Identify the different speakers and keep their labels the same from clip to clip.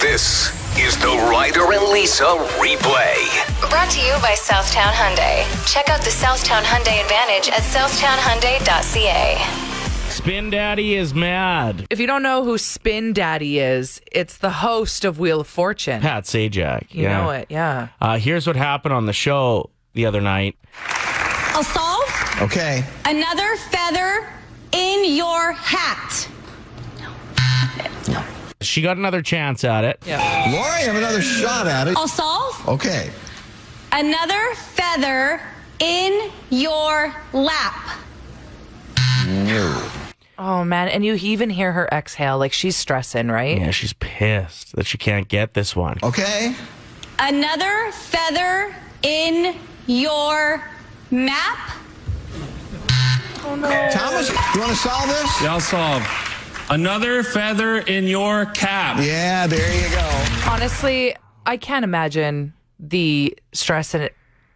Speaker 1: This is the Ryder and Lisa replay.
Speaker 2: Brought to you by Southtown Hyundai. Check out the Southtown Hyundai Advantage at southtownhyundai.ca.
Speaker 3: Spin Daddy is mad.
Speaker 4: If you don't know who Spin Daddy is, it's the host of Wheel of Fortune.
Speaker 3: Pat Sajak.
Speaker 4: You know it, yeah.
Speaker 3: Uh, here's what happened on the show the other night.
Speaker 5: I'll solve
Speaker 6: Okay.
Speaker 5: another feather in your hat.
Speaker 3: She got another chance at it.
Speaker 6: Lori, have another shot at it.
Speaker 5: I'll solve
Speaker 6: Okay.
Speaker 5: another feather in your lap.
Speaker 4: Oh man, and you even hear her exhale, like she's stressing, right?
Speaker 3: Yeah, she's pissed that she can't get this one.
Speaker 7: Oh.
Speaker 6: Okay.
Speaker 5: Another feather in your map.
Speaker 6: Thomas, you want to solve this?
Speaker 8: I'll solve. Another feather in your cap.
Speaker 6: Yeah, there you go.
Speaker 4: Honestly, I can't imagine the stress and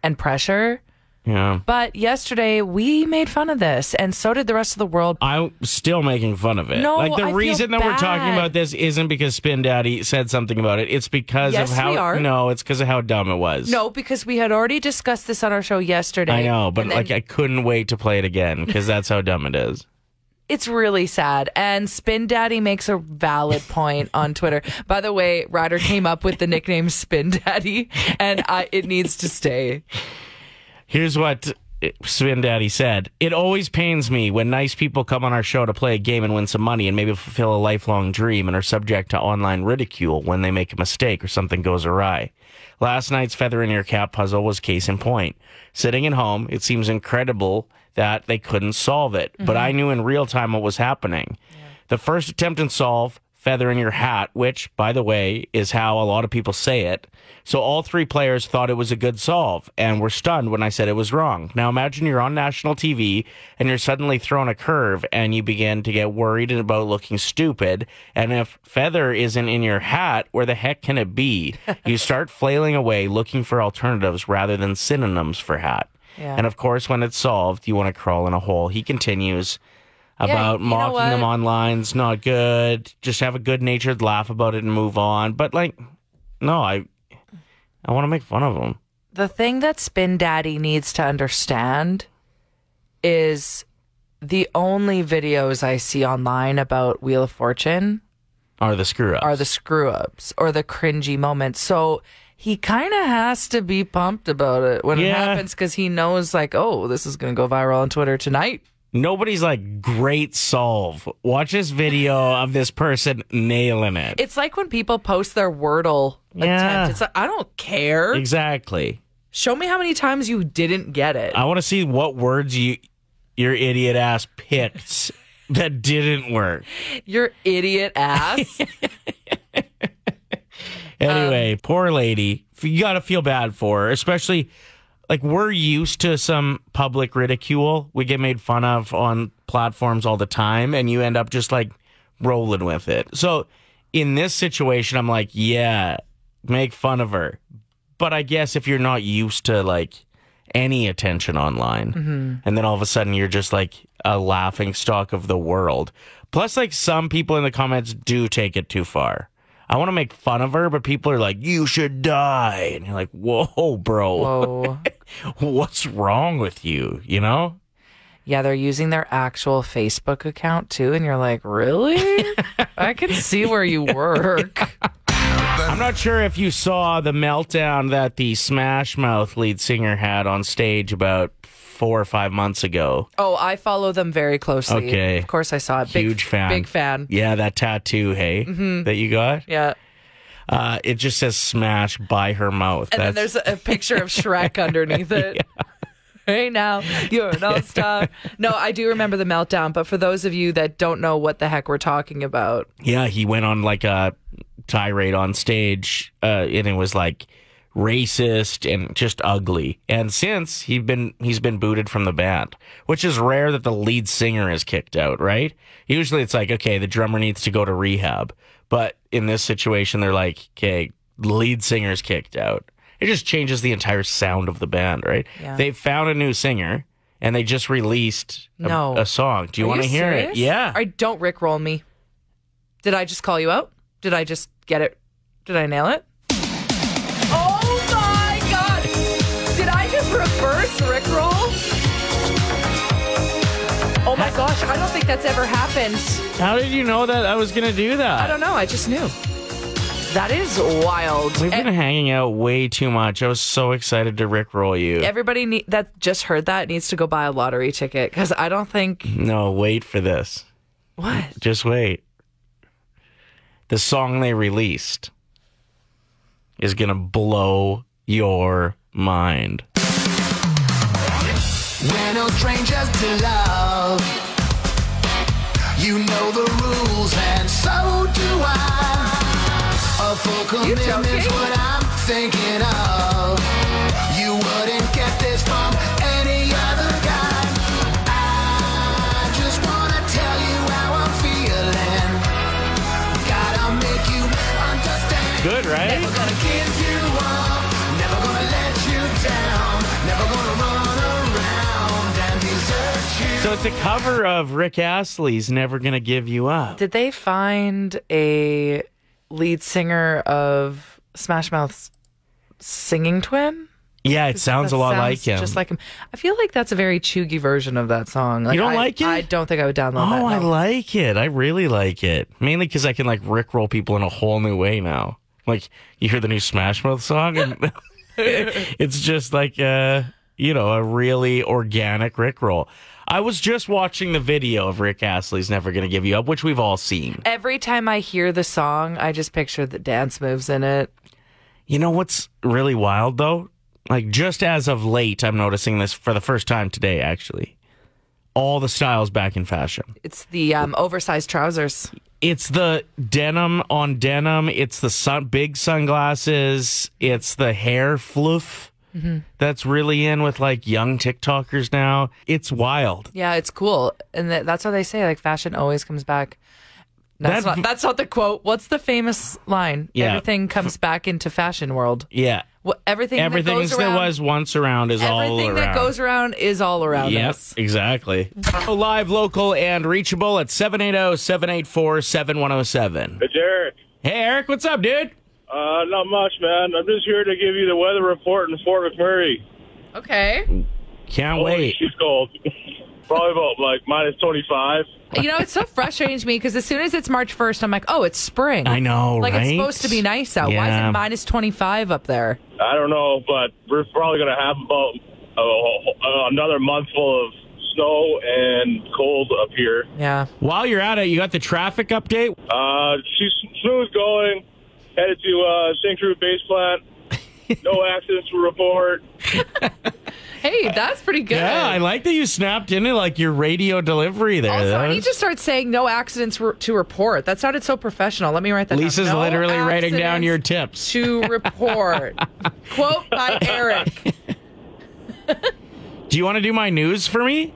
Speaker 4: and pressure.
Speaker 3: Yeah.
Speaker 4: But yesterday we made fun of this, and so did the rest of the world.
Speaker 3: I'm still making fun of it.
Speaker 4: No,
Speaker 3: like the
Speaker 4: I feel
Speaker 3: reason that we're talking
Speaker 4: bad.
Speaker 3: about this isn't because Spin Daddy said something about it. It's because
Speaker 4: Yes,
Speaker 3: of how
Speaker 4: we are.
Speaker 3: no, it's because of how dumb it was.
Speaker 4: No, because we had already discussed this on our show yesterday.
Speaker 3: I know, but
Speaker 4: and then
Speaker 3: like I couldn't wait to play it again because that's how dumb it is.
Speaker 4: it's really sad. And Spin Daddy makes a valid point on Twitter. By the way, Ryder came up with the nickname Spin Daddy, and I, it needs to stay.
Speaker 3: Here's what Spin Daddy said. It always pains me when nice people come on our show to play a game and win some money and maybe fulfill a lifelong dream and are subject to online ridicule when they make a mistake or something goes awry. Last night's feather in your cap puzzle was case in point. Sitting at home, it seems incredible that they couldn't solve it, but I knew in real time what was happening. The first attempt and solve feather in your hat, which, by the way, is how a lot of people say it. So all three players thought it was a good solve and were stunned when I said it was wrong. Now imagine you're on national TV and you're suddenly thrown a curve and you begin to get worried about looking stupid. And if feather isn't in your hat, where the heck can it be? you start flailing away looking for alternatives rather than synonyms for hat.
Speaker 4: Yeah.
Speaker 3: And of course, when it's solved, you want to crawl in a hole. He continues about
Speaker 4: you know
Speaker 3: mocking them
Speaker 4: what?
Speaker 3: online's not good. Just have a good natured laugh about it and move on. But like, no, I I want to make fun of them.
Speaker 4: the thing that Spin Daddy needs to understand is the only videos I see online about Wheel of Fortune
Speaker 3: Are the screw ups?
Speaker 4: are the screw ups or the cringy moments. So he kind of has to be pumped about it when it
Speaker 3: Yeah.
Speaker 4: happens because he knows, like, oh, this is going to go viral on Twitter tonight.
Speaker 3: nobody's like great solve? Watch this video of this person nailing it.
Speaker 4: It's like when people post their Wordle
Speaker 3: Yeah.
Speaker 4: attempt. It's like, I don't care.
Speaker 3: exactly.
Speaker 4: Show me how many times you didn't get it.
Speaker 3: I want to see what words you your idiot ass picked that didn't work.
Speaker 4: Your idiot ass. Um,
Speaker 3: Anyway, poor lady. F- You got to feel bad for her, especially like we're used to some public ridicule. We get made fun of on platforms all the time, and you end up just like rolling with it. So in this situation, I'm like, yeah, make fun of her. But I guess if you're not used to like any attention online, and then all of a sudden you're just like a laughing stock of the world. Plus, like some people in the comments do take it too far. I want to make fun of her, but people are like, "You should die," and you're like, "Whoa, bro,
Speaker 4: Whoa.
Speaker 3: what's wrong with you?" You know?
Speaker 4: Yeah, they're using their actual Facebook account too, and you're like, really? I can see where you work.
Speaker 3: I'm not sure if you saw the meltdown that the Smash Mouth lead singer had on stage about four or five months ago.
Speaker 4: Oh, I follow them very closely.
Speaker 3: Okay.
Speaker 4: Of course, I saw it. Big,
Speaker 3: Huge fan,
Speaker 4: Big fan. Mm-hmm.
Speaker 3: Yeah, that tattoo, hey, that you got.
Speaker 4: Yeah.
Speaker 3: Uh, it just says "Smash" by her mouth.
Speaker 4: And then there's a picture of Shrek underneath it. Hey now, you're an all star. No, I do remember the meltdown, but for those of you that don't know what the heck we're talking about,
Speaker 3: Yeah, he went on like a tirade on stage, uh, and it was like racist and just ugly. And since he's been he's been booted from the band, which is rare that the lead singer is kicked out, right? Usually it's like, okay, the drummer needs to go to rehab, but in this situation, they're like, okay, lead singer's kicked out. It just changes the entire sound of the band, right?
Speaker 4: Yeah.
Speaker 3: They found a new singer and they just released a,
Speaker 4: No.
Speaker 3: a song. Do you
Speaker 4: Are
Speaker 3: want to hear
Speaker 4: serious?
Speaker 3: it? Yeah.
Speaker 4: All right, don't Rickroll me. Did I just call you out? Did I just get it? Did I nail it? Oh my god! Did I just reverse Rickroll? Oh my gosh, I don't think that's ever happened.
Speaker 3: How did you know that I was going to do that?
Speaker 4: I don't know, I just knew. That is wild.
Speaker 3: We've
Speaker 4: E-
Speaker 3: been hanging out way too much. I was so excited to rickroll you.
Speaker 4: Everybody need, that just heard that needs to go buy a lottery ticket because I don't think
Speaker 3: no, wait for this.
Speaker 4: what
Speaker 3: Just wait. The song they released is going to blow your mind.
Speaker 7: We're no strangers to love. You know the rules, and so do I. A full commitment's
Speaker 4: joking?
Speaker 7: what I'm thinking of. You wouldn't get this from any other guy. I just wanna tell you how I'm feeling. Gotta make you understand.
Speaker 3: Good, right?
Speaker 7: Never gonna give you up, never gonna let you down, never gonna run around and desert you.
Speaker 3: So it's a cover of Rick Astley's Never Gonna Give You Up.
Speaker 4: did they find a lead singer of Smash Mouth's singing twin?
Speaker 3: Yeah, it sounds
Speaker 4: That
Speaker 3: a lot like
Speaker 4: sounds
Speaker 3: him.
Speaker 4: Just like him. I feel like that's a very chuggy version of that song. Like,
Speaker 3: don't
Speaker 4: I,
Speaker 3: like it?
Speaker 4: I don't think I would download that.
Speaker 3: Oh, I
Speaker 4: no.
Speaker 3: like it. I really like it. Mainly because I can like rickroll people in a whole new way now. Like you hear the new Smash Mouth song, and it's just like uh, you know a really organic rickroll. I was just watching the video of Rick Astley's "Never Gonna Give You Up," which we've all seen.
Speaker 4: Every time I hear the song, I just picture the dance moves in it.
Speaker 3: You know what's really wild though? Like just as of late, I'm noticing this for the first time today. Actually, all the styles back in fashion.
Speaker 4: It's the um, oversized trousers.
Speaker 3: it's the denim on denim. It's the sun, big sunglasses. It's the hair fluff
Speaker 4: Mm-hmm.
Speaker 3: that's really in with like young TikTokers now. It's wild.
Speaker 4: Yeah, it's cool, and that that's what they say. Like fashion always comes back. That's
Speaker 3: That-
Speaker 4: not that's not the quote. What's the famous line?
Speaker 3: Yeah.
Speaker 4: Everything comes back into fashion world.
Speaker 3: Yeah.
Speaker 4: Wha- everything
Speaker 3: Everything
Speaker 4: that goes
Speaker 3: there
Speaker 4: around,
Speaker 3: was once around is all
Speaker 4: everything
Speaker 3: around.
Speaker 4: that goes around is all around
Speaker 3: Yes,
Speaker 4: us. Mm-hmm.
Speaker 3: exactly. Live, local, and reachable at oh, 780 784 7107.
Speaker 9: Derek,
Speaker 3: Hey, Eric, what's up, dude?
Speaker 9: uh, not much, man. I'm just here to give you the weather report in Fort McMurray.
Speaker 4: Okay.
Speaker 3: Can't
Speaker 9: Holy,
Speaker 3: wait.
Speaker 9: she's cold. Probably about like minus 25.
Speaker 4: You know, it's so frustrating to me because as soon as it's March 1st, I'm like, oh, it's spring.
Speaker 3: I know,
Speaker 4: Like,
Speaker 3: right?
Speaker 4: it's supposed to be nice out. Why is
Speaker 3: Yeah.
Speaker 4: it minus 25 up there?
Speaker 9: I don't know, but we're probably going to have about uh, uh, another month full of snow and cold up here.
Speaker 4: Yeah.
Speaker 3: While you're at it, you got the traffic update.
Speaker 9: Uh, she's smooth going, headed to uh, St. Drew Base Plant. No accidents to report.
Speaker 4: Hey, that's pretty good.
Speaker 3: Yeah, I like that you snapped into like your radio delivery there.
Speaker 4: also,
Speaker 3: That
Speaker 4: I
Speaker 3: was-
Speaker 4: need to start saying no accidents re- to report. That sounded so professional. Let me write that down.
Speaker 3: Lisa's
Speaker 4: No
Speaker 3: literally writing down
Speaker 4: accidents
Speaker 3: your tips.
Speaker 4: To report. Quote by Eric.
Speaker 3: Do you want to do my news for me?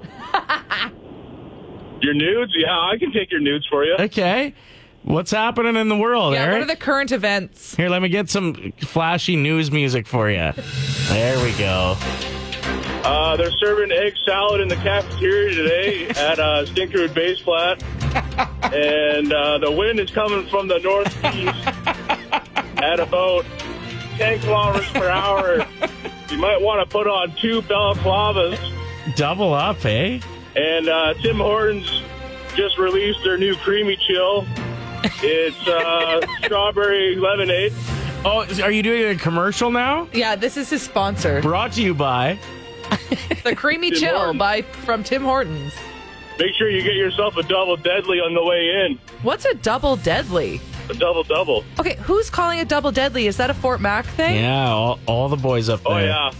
Speaker 9: Your nudes? Yeah, I can take your nudes for you.
Speaker 3: Okay. What's happening in the world,
Speaker 4: Yeah,
Speaker 3: Eric?
Speaker 4: what are the current events?
Speaker 3: Here, let me get some flashy news music for you. There we go.
Speaker 9: Uh, they're serving egg salad in the cafeteria today at uh, Stinkerud Base Flat. And uh, the wind is coming from the northeast at about 10 kilometers per hour. You might want to put on two balaclavas.
Speaker 3: Double up, eh?
Speaker 9: And uh, Tim Hortons just released their new creamy chill. It's uh, strawberry lemonade.
Speaker 3: Oh, is- are you doing a commercial now?
Speaker 4: Yeah, this is his sponsor,
Speaker 3: Brought to you by.
Speaker 4: the Creamy
Speaker 9: Tim
Speaker 4: Chill
Speaker 9: Hortons.
Speaker 4: by from Tim Hortons.
Speaker 9: Make sure you get yourself a double deadly on the way in.
Speaker 4: What's a double deadly?
Speaker 9: A double double.
Speaker 4: Okay, who's calling it double deadly? Is that a Fort Mac thing?
Speaker 3: Yeah, all, all the boys up there.
Speaker 9: Oh, yeah.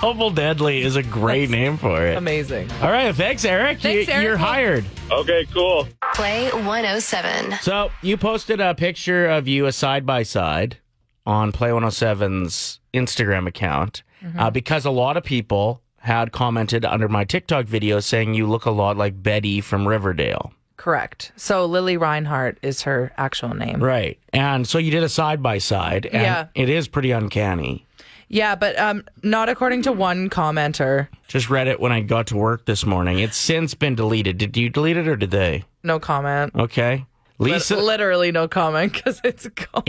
Speaker 3: Double Deadly is a great name for it.
Speaker 4: Amazing.
Speaker 3: All right, thanks, Eric.
Speaker 4: Thanks,
Speaker 3: you,
Speaker 4: Eric.
Speaker 3: You're hired.
Speaker 9: Okay, cool.
Speaker 2: Play 107.
Speaker 3: So you posted a picture of you a side by side on Play 107's Instagram account uh, because a lot of people had commented under my TikTok video saying you look a lot like Betty from Riverdale.
Speaker 4: Correct. So Lily Reinhardt is her actual name.
Speaker 3: Right. And so you did a side by side, and
Speaker 4: Yeah.
Speaker 3: it is pretty uncanny.
Speaker 4: Yeah, but um, not according to one commenter.
Speaker 3: Just read it when I got to work this morning. It's since been deleted. Did you delete it or did they?
Speaker 4: No comment.
Speaker 3: Okay. Lisa,
Speaker 4: Literally no comment because it's gone.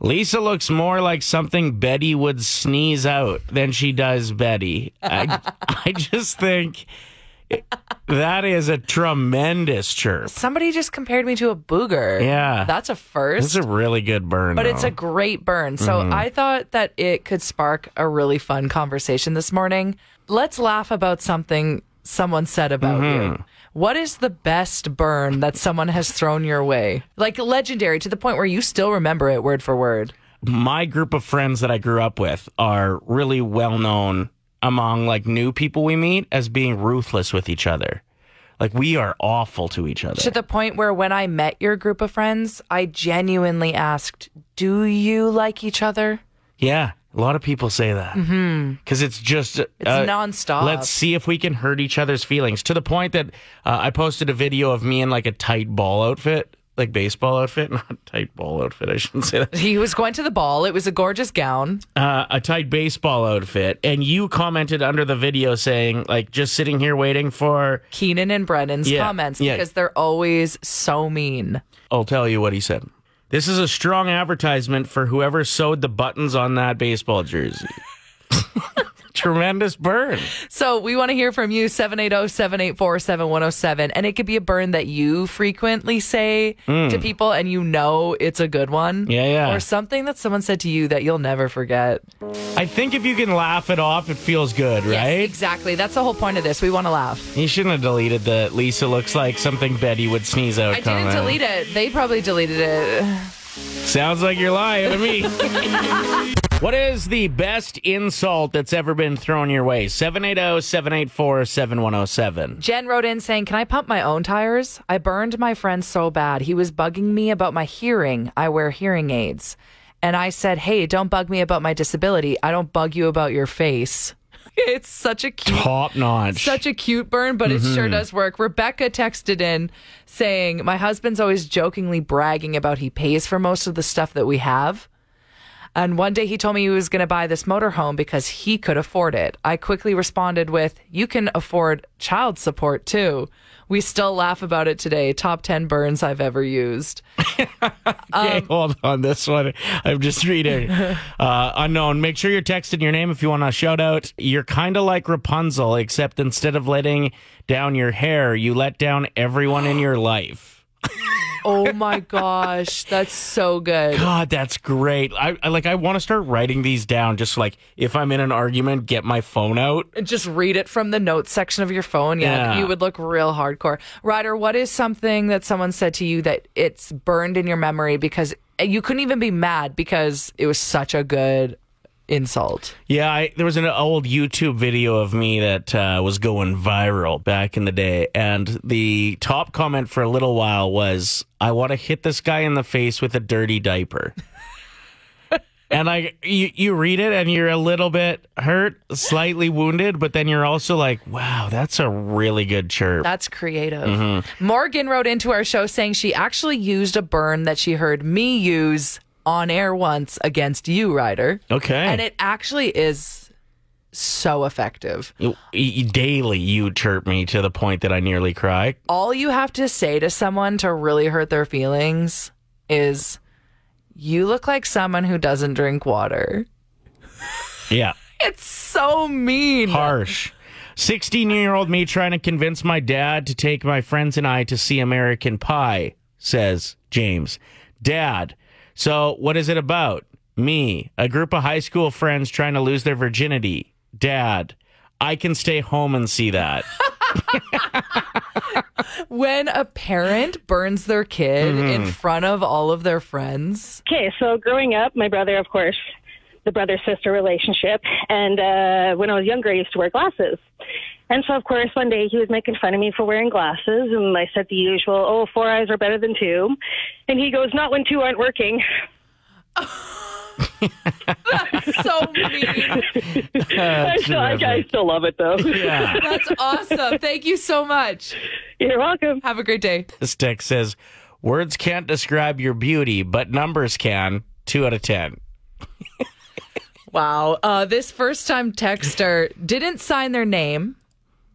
Speaker 3: Lisa looks more like something Betty would sneeze out than she does Betty. I, I just think that is a tremendous chirp.
Speaker 4: Somebody just compared me to a booger.
Speaker 3: Yeah.
Speaker 4: That's a Mm-hmm. first.
Speaker 3: This is a really good burn.
Speaker 4: but it's
Speaker 3: though.
Speaker 4: a great burn. So I thought that it could spark a really fun conversation this morning. Let's laugh about something someone said about you. What is the best burn that someone has thrown your way? Like legendary to the point where you still remember it word for word.
Speaker 3: my group of friends that I grew up with are really well known among like new people we meet as being ruthless with each other. Like we are awful to each other.
Speaker 4: To the point where when I met your group of friends, I genuinely asked, Do you like each other?
Speaker 3: yeah, a lot of people say that because it's just it's
Speaker 4: nonstop.
Speaker 3: Let's see if we can hurt each other's feelings to the point that uh, I posted a video of me in like a tight ball outfit, like baseball outfit, not tight ball outfit. I shouldn't say that.
Speaker 4: He was going to the ball. It was a gorgeous gown.
Speaker 3: uh, a tight baseball outfit, and you commented under the video saying like just sitting here waiting for.
Speaker 4: Keenan and Brennan's
Speaker 3: Yeah,
Speaker 4: comments
Speaker 3: yeah.
Speaker 4: because they're always so mean.
Speaker 3: I'll tell you what he said. This is a strong advertisement for whoever sewed the buttons on that baseball jersey. Tremendous burn.
Speaker 4: So we want to hear from you oh, 780-784-7107 and it could be a burn that you frequently say to people and you know it's a good one.
Speaker 3: Hmm. Yeah, yeah.
Speaker 4: Or something that someone said to you that you'll never forget.
Speaker 3: I think if you can laugh it off, it feels good, right?
Speaker 4: exactly. That's the whole point of this. We want to laugh.
Speaker 3: He shouldn't have deleted the Lisa looks like something Betty would sneeze out.
Speaker 4: I didn't delete it. They probably deleted it.
Speaker 3: Sounds like you're lying to me. what is the best insult that's ever been thrown your way? oh, 780 784 7107.
Speaker 4: Jen wrote in saying, "Can I pump my own tires? I burned my friend so bad. He was bugging me about my hearing. I wear hearing aids." And I said, "Hey, don't bug me about my disability. I don't bug you about your face." It's such a cute
Speaker 3: Top notch.
Speaker 4: such a cute burn, but it sure does work. Rebecca texted in saying, My husband's always jokingly bragging about he pays for most of the stuff that we have. And one day he told me he was going to buy this motorhome because he could afford it. I quickly responded with, You can afford child support too. We still laugh about it today. Top 10 burns I've ever used. um,
Speaker 3: Okay, hold on. This one, I'm just reading. Uh, unknown. Make sure you're texting your name if you want a shout out. You're kind of like Rapunzel, except instead of letting down your hair, you let down everyone in your life.
Speaker 4: Oh my gosh. That's so good.
Speaker 3: God, that's great. I, I like. I want to start writing these down. Just like if I'm in an argument, get my phone out.
Speaker 4: and just read it from the notes section of your phone. Yeah,
Speaker 3: Yeah.
Speaker 4: you would look real hardcore. Ryder, what is something that someone said to you that it's burned in your memory because you couldn't even be mad because it was such a good insult?
Speaker 3: Yeah, I, there was an old YouTube video of me that uh, was going viral back in the day, and the top comment for a little while was, "I want to hit this guy in the face with a dirty diaper." and I, you, you read it, and you're a little bit hurt, slightly wounded, but then you're also like, "Wow, that's a really good chirp."
Speaker 4: That's creative. Morgan wrote into our show saying she actually used a burn that she heard me use on air once against you, Ryder.
Speaker 3: okay,
Speaker 4: And it actually is so effective.
Speaker 3: You- you- daily you chirp me to the point that I nearly cry.
Speaker 4: all you have to say to someone to really hurt their feelings is you look like someone who doesn't drink water.
Speaker 3: Yeah.
Speaker 4: It's so mean.
Speaker 3: harsh. 16 year old me trying to convince my dad to take my friends and I to see American Pie, says James. Dad, so what is it about? Me, a group of high school friends trying to lose their virginity. Dad, I can stay home and see that.
Speaker 4: When a parent burns their kid in front of all of their friends,
Speaker 10: Okay, so growing up, my brother, of course, the brother sister relationship. And uh, when I was younger, I used to wear glasses. And so, of course, one day he was making fun of me for wearing glasses. And I said the usual, oh, four eyes are better than two. And he goes, not when two aren't working.
Speaker 4: so mean.
Speaker 10: I, still, I, I
Speaker 3: terrific.
Speaker 10: still love it, though.
Speaker 3: yeah.
Speaker 4: That's awesome. Thank you so much.
Speaker 10: You're welcome.
Speaker 4: Have a great day.
Speaker 3: This text says words can't describe your beauty, but numbers can. Two out of 10.
Speaker 4: Wow. Uh, this first time texter didn't sign their name,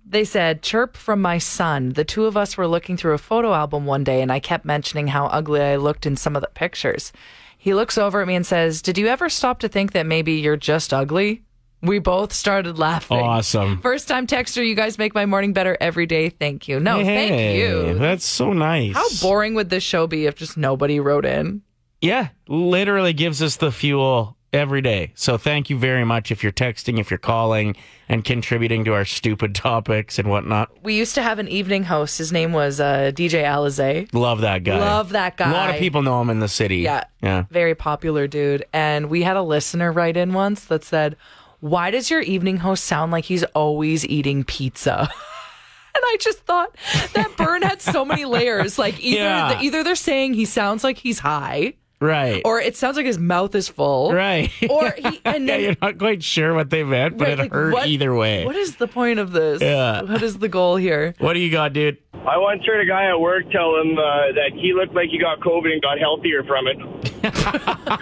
Speaker 4: They said, Chirp from my son. The two of us were looking through a photo album one day, and I kept mentioning how ugly I looked in some of the pictures. He looks over at me and says, Did you ever stop to think that maybe you're just ugly? We both started laughing.
Speaker 3: Awesome.
Speaker 4: First time texter, you guys make my morning better every day. Thank you. No, thank
Speaker 3: Hey,
Speaker 4: you.
Speaker 3: That's so nice.
Speaker 4: How boring would this show be if just nobody wrote in?
Speaker 3: Yeah, literally gives us the fuel every day. So thank you very much if you're texting, if you're calling, and contributing to our stupid topics and whatnot.
Speaker 4: We used to have an evening host. His name was uh, DJ Alizé.
Speaker 3: Love that guy.
Speaker 4: Love that
Speaker 3: A lot
Speaker 4: guy.
Speaker 3: of people know him in the city.
Speaker 4: Yeah.
Speaker 3: Yeah.
Speaker 4: Very popular dude. And we had a listener write in once that said, Why does your evening host sound like he's always eating pizza? And I just thought that burn had so many layers. Like either
Speaker 3: Yeah.
Speaker 4: either they're saying he sounds like he's high,
Speaker 3: Right.
Speaker 4: or it sounds like his mouth is full,
Speaker 3: right.
Speaker 4: Or he and
Speaker 3: yeah,
Speaker 4: then
Speaker 3: you're not quite sure what they meant, but
Speaker 4: right,
Speaker 3: it
Speaker 4: like,
Speaker 3: hurt
Speaker 4: what-
Speaker 3: either way.
Speaker 4: What is the point of this?
Speaker 3: Yeah.
Speaker 4: What is the goal here?
Speaker 3: what do you got, dude?
Speaker 9: I once heard a guy at work tell him uh, that he looked like he got COVID and got healthier from it.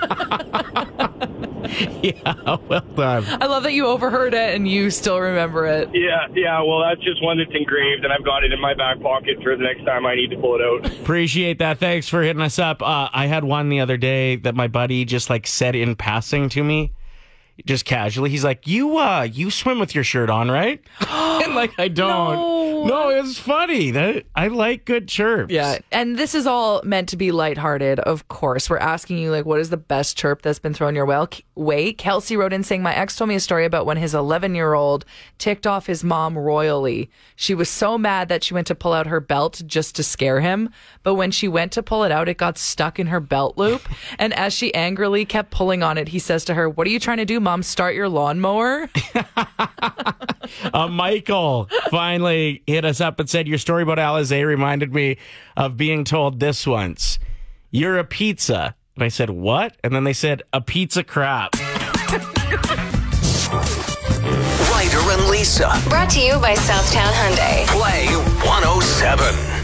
Speaker 3: Yeah, well done.
Speaker 4: I love that you overheard it and you still remember it.
Speaker 9: Yeah, yeah. Well, that's just one that's engraved, and I've got it in my back pocket for the next time I need to pull it out.
Speaker 3: Appreciate that. Thanks for hitting us up. Uh, I had one the other day that my buddy just like said in passing to me, just casually. He's like, "You, uh, you swim with your shirt on, right?" and like, I don't.
Speaker 4: No.
Speaker 3: No, it's funny. That I like good chirps.
Speaker 4: Yeah. And this is all meant to be lighthearted, of course. We're asking you, like, what is the best chirp that's been thrown your wel- way? Kelsey wrote in saying, My ex told me a story about when his 11 year old ticked off his mom royally. She was so mad that she went to pull out her belt just to scare him. But when she went to pull it out, it got stuck in her belt loop. and as she angrily kept pulling on it, he says to her, What are you trying to do, mom? Start your lawnmower?
Speaker 3: Uh, Michael finally hit us up and said, Your story about Alizé reminded me of being told this once You're a pizza. And I said, What? And then they said, A pizza crap.
Speaker 1: Ryder and Lisa.
Speaker 2: Brought to you by Southtown Hyundai.
Speaker 1: oh Play 107.